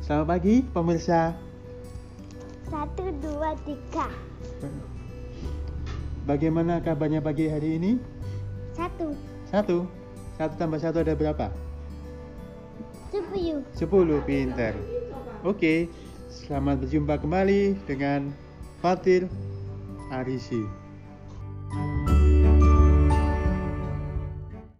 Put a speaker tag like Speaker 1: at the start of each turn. Speaker 1: Selamat pagi pemirsa.
Speaker 2: Satu, dua, tiga.
Speaker 1: Bagaimana kabarnya pagi hari ini?
Speaker 2: Satu,
Speaker 1: Satu. Satu tambah satu ada berapa?
Speaker 2: sepuluh.
Speaker 1: Sepuluh. Pinter. Oke. Selamat berjumpa kembali dengan Fatir Arisi.